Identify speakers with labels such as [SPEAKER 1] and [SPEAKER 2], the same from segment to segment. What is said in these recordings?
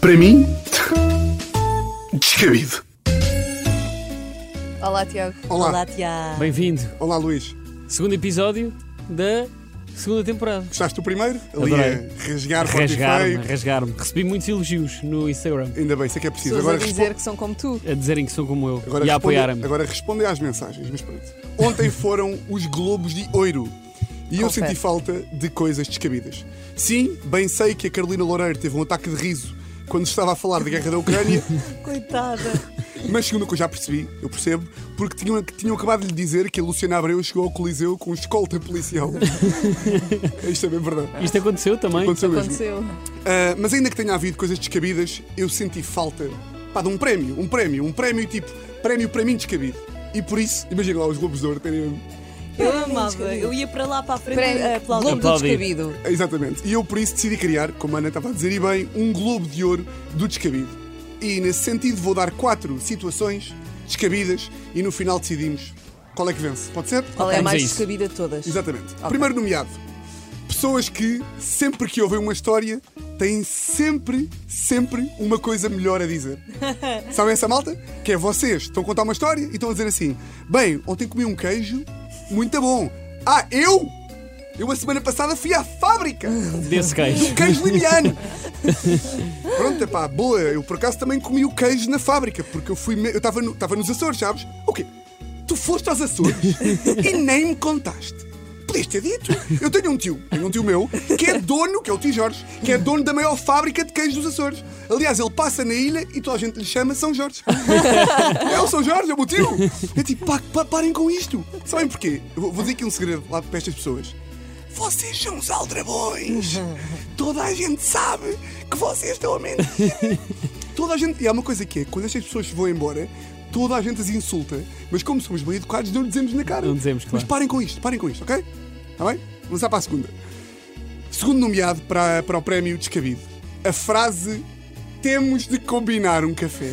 [SPEAKER 1] Para mim, descabido.
[SPEAKER 2] Olá, Tiago.
[SPEAKER 3] Olá.
[SPEAKER 2] Olá, Tiago.
[SPEAKER 4] Bem-vindo.
[SPEAKER 3] Olá, Luís.
[SPEAKER 4] Segundo episódio da segunda temporada.
[SPEAKER 3] Gostaste do primeiro? Ali
[SPEAKER 4] Adorei.
[SPEAKER 3] a rasgar
[SPEAKER 4] Rasgar-me,
[SPEAKER 3] Spotify.
[SPEAKER 4] rasgar-me. Recebi muitos elogios no Instagram
[SPEAKER 3] Ainda bem, sei que é preciso.
[SPEAKER 2] Pessoas a
[SPEAKER 3] respo-
[SPEAKER 2] dizer que são como tu.
[SPEAKER 4] a dizerem que sou como eu
[SPEAKER 3] agora
[SPEAKER 4] e a
[SPEAKER 3] responde-
[SPEAKER 4] apoiarem-me.
[SPEAKER 3] Agora respondem às mensagens, mas pronto. Ontem foram os Globos de Ouro. E eu
[SPEAKER 2] Confere.
[SPEAKER 3] senti falta de coisas descabidas. Sim, bem sei que a Carolina Loureiro teve um ataque de riso quando estava a falar da guerra da Ucrânia,
[SPEAKER 2] Coitada.
[SPEAKER 3] mas segundo o que eu já percebi, eu percebo, porque tinham, tinham acabado de lhe dizer que a Luciana Abreu chegou ao Coliseu com um escolta policial. Isto é bem verdade.
[SPEAKER 4] Isto aconteceu também.
[SPEAKER 3] Aconteceu mesmo.
[SPEAKER 2] Aconteceu.
[SPEAKER 3] Uh, mas ainda que tenha havido coisas descabidas, eu senti falta pá, de um prémio, um prémio, um prémio tipo prémio para mim descabido. E por isso, imagina lá os Globos de Ouro terem.
[SPEAKER 5] Eu amava, eu ia para lá para a frente
[SPEAKER 2] Prémio-
[SPEAKER 5] a aplaudir.
[SPEAKER 2] Globo do
[SPEAKER 4] Aplaudir.
[SPEAKER 2] Descabido.
[SPEAKER 3] Exatamente. E eu por isso decidi criar, como a Ana estava a dizer e bem, um Globo de Ouro do descabido. E nesse sentido vou dar quatro situações descabidas e no final decidimos qual é que vence. Pode ser?
[SPEAKER 2] Qual é a
[SPEAKER 4] Vamos a
[SPEAKER 2] mais
[SPEAKER 4] isso.
[SPEAKER 2] descabida de todas?
[SPEAKER 3] Exatamente. Primeiro nomeado. Pessoas que, sempre que ouvem uma história, têm sempre, sempre uma coisa melhor a dizer. Sabem essa malta? Que é vocês. Estão a contar uma história e estão a dizer assim: Bem, ontem comi um queijo muito bom. Ah, eu? Eu a semana passada fui à fábrica
[SPEAKER 4] Desse
[SPEAKER 3] do
[SPEAKER 4] queijo.
[SPEAKER 3] queijo limiano. Pronto, pá, boa. Eu por acaso também comi o queijo na fábrica, porque eu fui. me- Eu estava no, tava nos Açores, sabes? O quê? Tu foste aos Açores e nem me contaste. Podias ter dito. Eu tenho um tio, tenho um tio meu, que é dono, que é o tio Jorge, que é dono da maior fábrica de queijos dos Açores. Aliás, ele passa na ilha e toda a gente lhe chama São Jorge. É o São Jorge, é o meu tio. Eu tipo, pá, pa- parem com isto. Sabem porquê? Eu vou, vou dizer aqui um segredo lá para estas pessoas. Vocês são os aldrabões. Toda a gente sabe que vocês estão a mentir. Toda a gente. E há uma coisa que é: quando estas pessoas vão embora, toda a gente as insulta. Mas como somos bem educados, não lhe dizemos na cara.
[SPEAKER 4] Não dizemos,
[SPEAKER 3] Mas
[SPEAKER 4] claro.
[SPEAKER 3] parem com isto, parem com isto, ok? Está bem? Vamos lá para a segunda. Segundo nomeado para, para o prémio Descabido. A frase: Temos de combinar um café.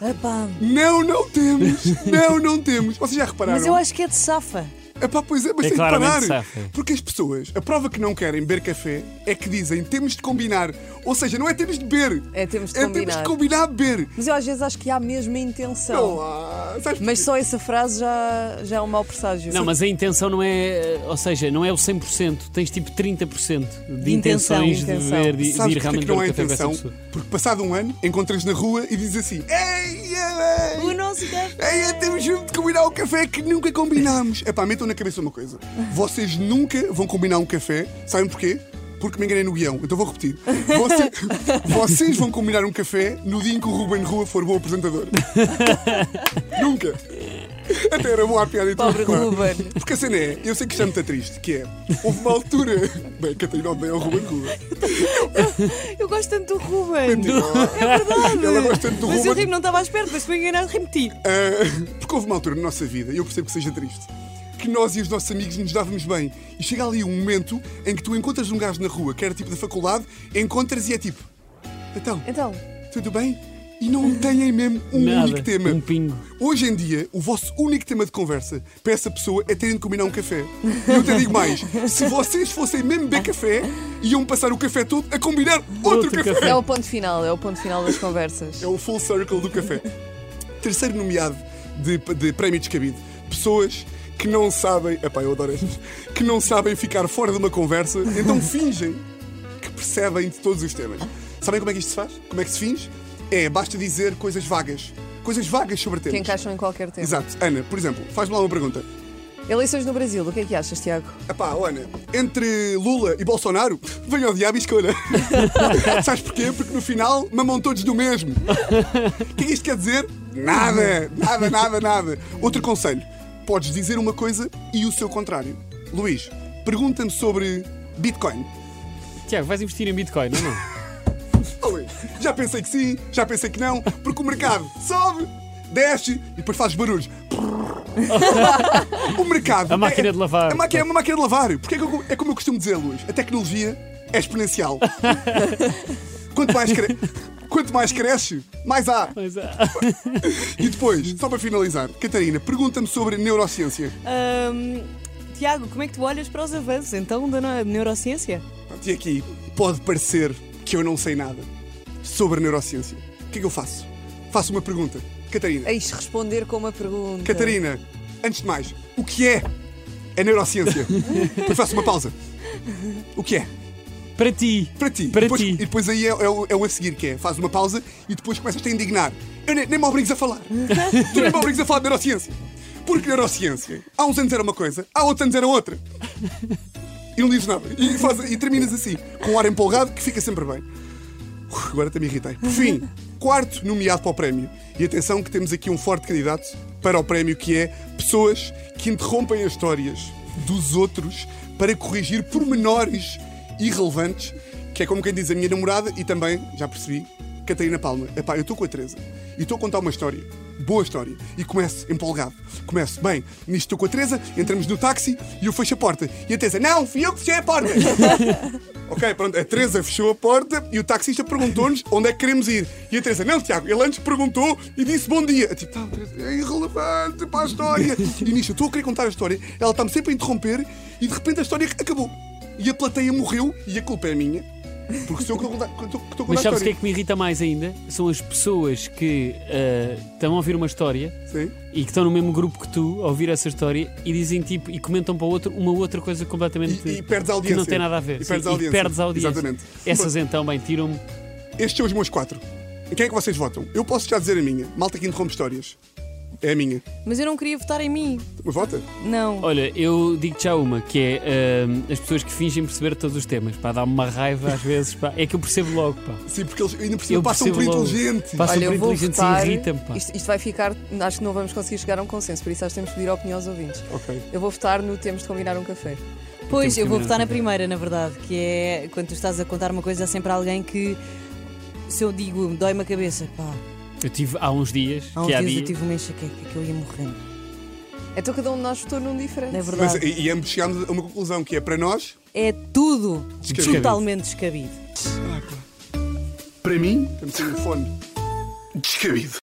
[SPEAKER 2] Epá,
[SPEAKER 3] Não, não temos. Não, não temos. Vocês já repararam?
[SPEAKER 2] Mas eu acho que é de safa.
[SPEAKER 3] Epá, pois é, mas
[SPEAKER 4] É
[SPEAKER 3] tem que
[SPEAKER 4] claramente
[SPEAKER 3] parar.
[SPEAKER 4] safa.
[SPEAKER 3] Porque as pessoas, a prova que não querem beber café é que dizem temos de combinar. Ou seja, não é temos de beber.
[SPEAKER 2] É temos de
[SPEAKER 3] é temos
[SPEAKER 2] combinar.
[SPEAKER 3] de combinar beber.
[SPEAKER 2] Mas eu às vezes acho que há mesmo a intenção.
[SPEAKER 3] Não há. Sabes
[SPEAKER 2] Mas
[SPEAKER 3] porquê?
[SPEAKER 2] só essa frase já, já é um mau presságio.
[SPEAKER 4] Não, mas a intenção não é, ou seja, não é o 100%, tens tipo 30% de
[SPEAKER 2] intenção,
[SPEAKER 4] intenções
[SPEAKER 2] intenção.
[SPEAKER 4] de, ver, de, de
[SPEAKER 3] Sabes
[SPEAKER 4] ir
[SPEAKER 3] porquê que
[SPEAKER 4] realmente
[SPEAKER 3] não
[SPEAKER 4] ver
[SPEAKER 3] é
[SPEAKER 4] o café com essa
[SPEAKER 3] intenção?
[SPEAKER 4] pessoa.
[SPEAKER 3] Porque passado um ano encontras na rua e dizes assim: Ei, é ei, ei,
[SPEAKER 5] O nosso café.
[SPEAKER 3] Ei, é temos de combinar o café que nunca combinámos. É pá, metam na cabeça uma coisa. Vocês nunca vão combinar um café. Sabem porquê? Porque me enganei no guião. Então vou repetir. Você- vocês vão combinar um café no dia em que o Ruben Rua for bom apresentador. nunca. Até era boa a piada e tudo.
[SPEAKER 2] Pobre
[SPEAKER 3] claro.
[SPEAKER 2] Ruben.
[SPEAKER 3] Porque a cena é, eu sei que isto é muito triste, que é, houve uma altura... Bem, Catarina odeia o Ruben Rua.
[SPEAKER 5] Eu gosto tanto do Ruben.
[SPEAKER 3] É verdade. Ela gosta tanto do
[SPEAKER 5] Mas eu
[SPEAKER 3] Ruben.
[SPEAKER 2] tipo,
[SPEAKER 5] ri não estava à espera, depois fui enganado, remeti.
[SPEAKER 3] Uh, porque houve uma altura na nossa vida, e eu percebo que seja triste, que nós e os nossos amigos nos dávamos bem. E chega ali um momento em que tu encontras um gajo na rua, que era tipo da faculdade, encontras e é tipo: Então,
[SPEAKER 2] Então,
[SPEAKER 3] tudo bem? E não têm mesmo um único tema.
[SPEAKER 4] um pingo.
[SPEAKER 3] Hoje em dia, o vosso único tema de conversa para essa pessoa é terem de combinar um café. E eu te digo mais: se vocês fossem mesmo beber café, iam passar o café todo a combinar outro,
[SPEAKER 4] Outro
[SPEAKER 3] café.
[SPEAKER 4] café.
[SPEAKER 2] é o ponto final, é o ponto final das conversas.
[SPEAKER 3] É o full circle do café. Terceiro nomeado de, de prémio descabido. Pessoas que não sabem. Epá, eu adoro estas. Que não sabem ficar fora de uma conversa, então fingem que percebem de todos os temas. Sabem como é que isto se faz? Como é que se finge? É, basta dizer coisas vagas. Coisas vagas sobre temas.
[SPEAKER 2] Que encaixam em qualquer tempo.
[SPEAKER 3] Exato. Ana, por exemplo, faz-me lá uma pergunta.
[SPEAKER 2] Eleições no Brasil, o que é que achas, Tiago?
[SPEAKER 3] Epá, Ana, entre Lula e Bolsonaro, venha ao diabo e escolha. Sabes porquê? Porque no final mamam todos do mesmo. O que é que isto quer dizer? Nada, nada, nada, nada. Outro conselho: podes dizer uma coisa e o seu contrário. Luís, pergunta-me sobre Bitcoin.
[SPEAKER 4] Tiago, vais investir em Bitcoin, não é? não?
[SPEAKER 3] Oh, Luís, já pensei que sim, já pensei que não, porque o mercado sobe, desce e depois faz barulhos. o mercado.
[SPEAKER 4] A máquina
[SPEAKER 3] é-
[SPEAKER 4] de lavar.
[SPEAKER 3] A máquina, é uma máquina de lavar. Porque é, que eu- é como eu costumo dizer, Luís, a tecnologia é exponencial. quanto, mais cre- quanto mais cresce, mais há.
[SPEAKER 4] Mas, ah,
[SPEAKER 3] E depois, só para finalizar, Catarina, pergunta-me sobre neurociência.
[SPEAKER 5] Ahm, Tiago, como é que tu olhas para os avanços então da na- neurociência?
[SPEAKER 3] Pronto, E aqui pode parecer que eu não sei nada. sobre a neurociência. O que é que eu faço? Faço uma pergunta. Catarina.
[SPEAKER 2] Eis responder com uma pergunta.
[SPEAKER 3] Catarina, antes de mais, o que é a neurociência? Depois faço uma pausa. O que é?
[SPEAKER 4] Para ti.
[SPEAKER 3] Para ti.
[SPEAKER 4] Para
[SPEAKER 3] depois,
[SPEAKER 4] ti.
[SPEAKER 3] E depois aí é, é o, é o a seguir, que é faz uma pausa e depois começas-te a indignar. Eu nem, nem me obrigues a falar. tu nem me obrigues a falar de neurociência. Porque neurociência, há uns anos era uma coisa, há outros anos era outra. E não dizes nada. E, faz- e terminas assim, com um ar empolgado que fica sempre bem. Uf, agora até me irritei. Por fim, quarto nomeado para o prémio. E atenção que temos aqui um forte candidato para o prémio que é pessoas que interrompem as histórias dos outros para corrigir pormenores irrelevantes, que é como quem diz a minha namorada e também, já percebi, Catarina Palma. Epá, eu estou com a Teresa e estou a contar uma história. Boa história. E começo empolgado. Começo, bem, nisto estou com a Teresa, entramos no táxi e eu fecho a porta. E a Teresa, não, fui eu que fechei a porta. Ok, pronto, a Teresa fechou a porta e o taxista perguntou-nos onde é que queremos ir. E a Teresa, não, Tiago, ele antes perguntou e disse bom dia. Eu, Tipo, tá, Teresa, é irrelevante para a história. E nisto, eu estou a querer contar a história, ela está-me sempre a interromper e de repente a história acabou. E a plateia morreu e a culpa é minha, porque sou eu que estou a contar, que estou- que estou a contar
[SPEAKER 4] Mas
[SPEAKER 3] a
[SPEAKER 4] sabes o que é
[SPEAKER 3] história.
[SPEAKER 4] que me irrita mais ainda? São as pessoas que ah, estão a ouvir uma história
[SPEAKER 3] Sim.
[SPEAKER 4] e que estão no mesmo grupo que tu a ouvir essa história e dizem tipo e comentam para o outro uma outra coisa completamente
[SPEAKER 3] E- e perdes a
[SPEAKER 4] que não
[SPEAKER 3] audiência.
[SPEAKER 4] tem nada a ver.
[SPEAKER 3] E
[SPEAKER 4] Sim,
[SPEAKER 3] perdes a audiência.
[SPEAKER 4] perdes a audiência.
[SPEAKER 3] Exatamente.
[SPEAKER 4] Essas então, bem, tiram-me.
[SPEAKER 3] Estes são os meus quatro. Em quem é que vocês votam? Eu posso já dizer a minha. Malta que interrompe histórias. É a minha.
[SPEAKER 5] Mas eu não queria votar em mim.
[SPEAKER 3] Mas vota?
[SPEAKER 5] Não.
[SPEAKER 4] Olha, eu digo já uma, que é ah, as pessoas que fingem perceber todos os temas. Pá, dá-me uma raiva às vezes. Pá. É que eu percebo logo, pá.
[SPEAKER 3] Sim, um porque eles ainda por cima
[SPEAKER 4] Eu
[SPEAKER 3] passam por
[SPEAKER 4] percebo logo.
[SPEAKER 3] inteligentes.
[SPEAKER 4] Passa um
[SPEAKER 2] Olha,
[SPEAKER 4] por
[SPEAKER 2] eu vou
[SPEAKER 4] inteligentes
[SPEAKER 2] votar.
[SPEAKER 4] e irrita-me, pá.
[SPEAKER 2] Isto, isto vai ficar. Acho que não vamos conseguir chegar a um consenso, por isso acho que temos de pedir a opinião aos ouvintes.
[SPEAKER 3] Ok.
[SPEAKER 2] Eu vou votar no Temos de Combinar um Café.
[SPEAKER 4] Temos
[SPEAKER 5] Pois,
[SPEAKER 4] que
[SPEAKER 5] eu vou
[SPEAKER 4] combinar
[SPEAKER 5] votar na
[SPEAKER 4] também.
[SPEAKER 5] primeira, na verdade, que é quando tu estás a contar uma coisa, há sempre alguém que. Se eu digo, dói-me a cabeça, pá.
[SPEAKER 4] Eu tive há uns dias,
[SPEAKER 5] Há uns
[SPEAKER 4] que há
[SPEAKER 5] dias
[SPEAKER 4] dia-
[SPEAKER 5] eu tive uma enxaqueca que eu ia morrendo.
[SPEAKER 2] Então cada um de nós votou num diferente.
[SPEAKER 5] É
[SPEAKER 3] Mas,
[SPEAKER 5] verdade.
[SPEAKER 3] e, e ambos chegámos a uma conclusão que é para nós.
[SPEAKER 5] É tudo
[SPEAKER 4] Descabido.
[SPEAKER 5] totalmente descabido.
[SPEAKER 3] Para mim? Estamos sem um fone. Descabido.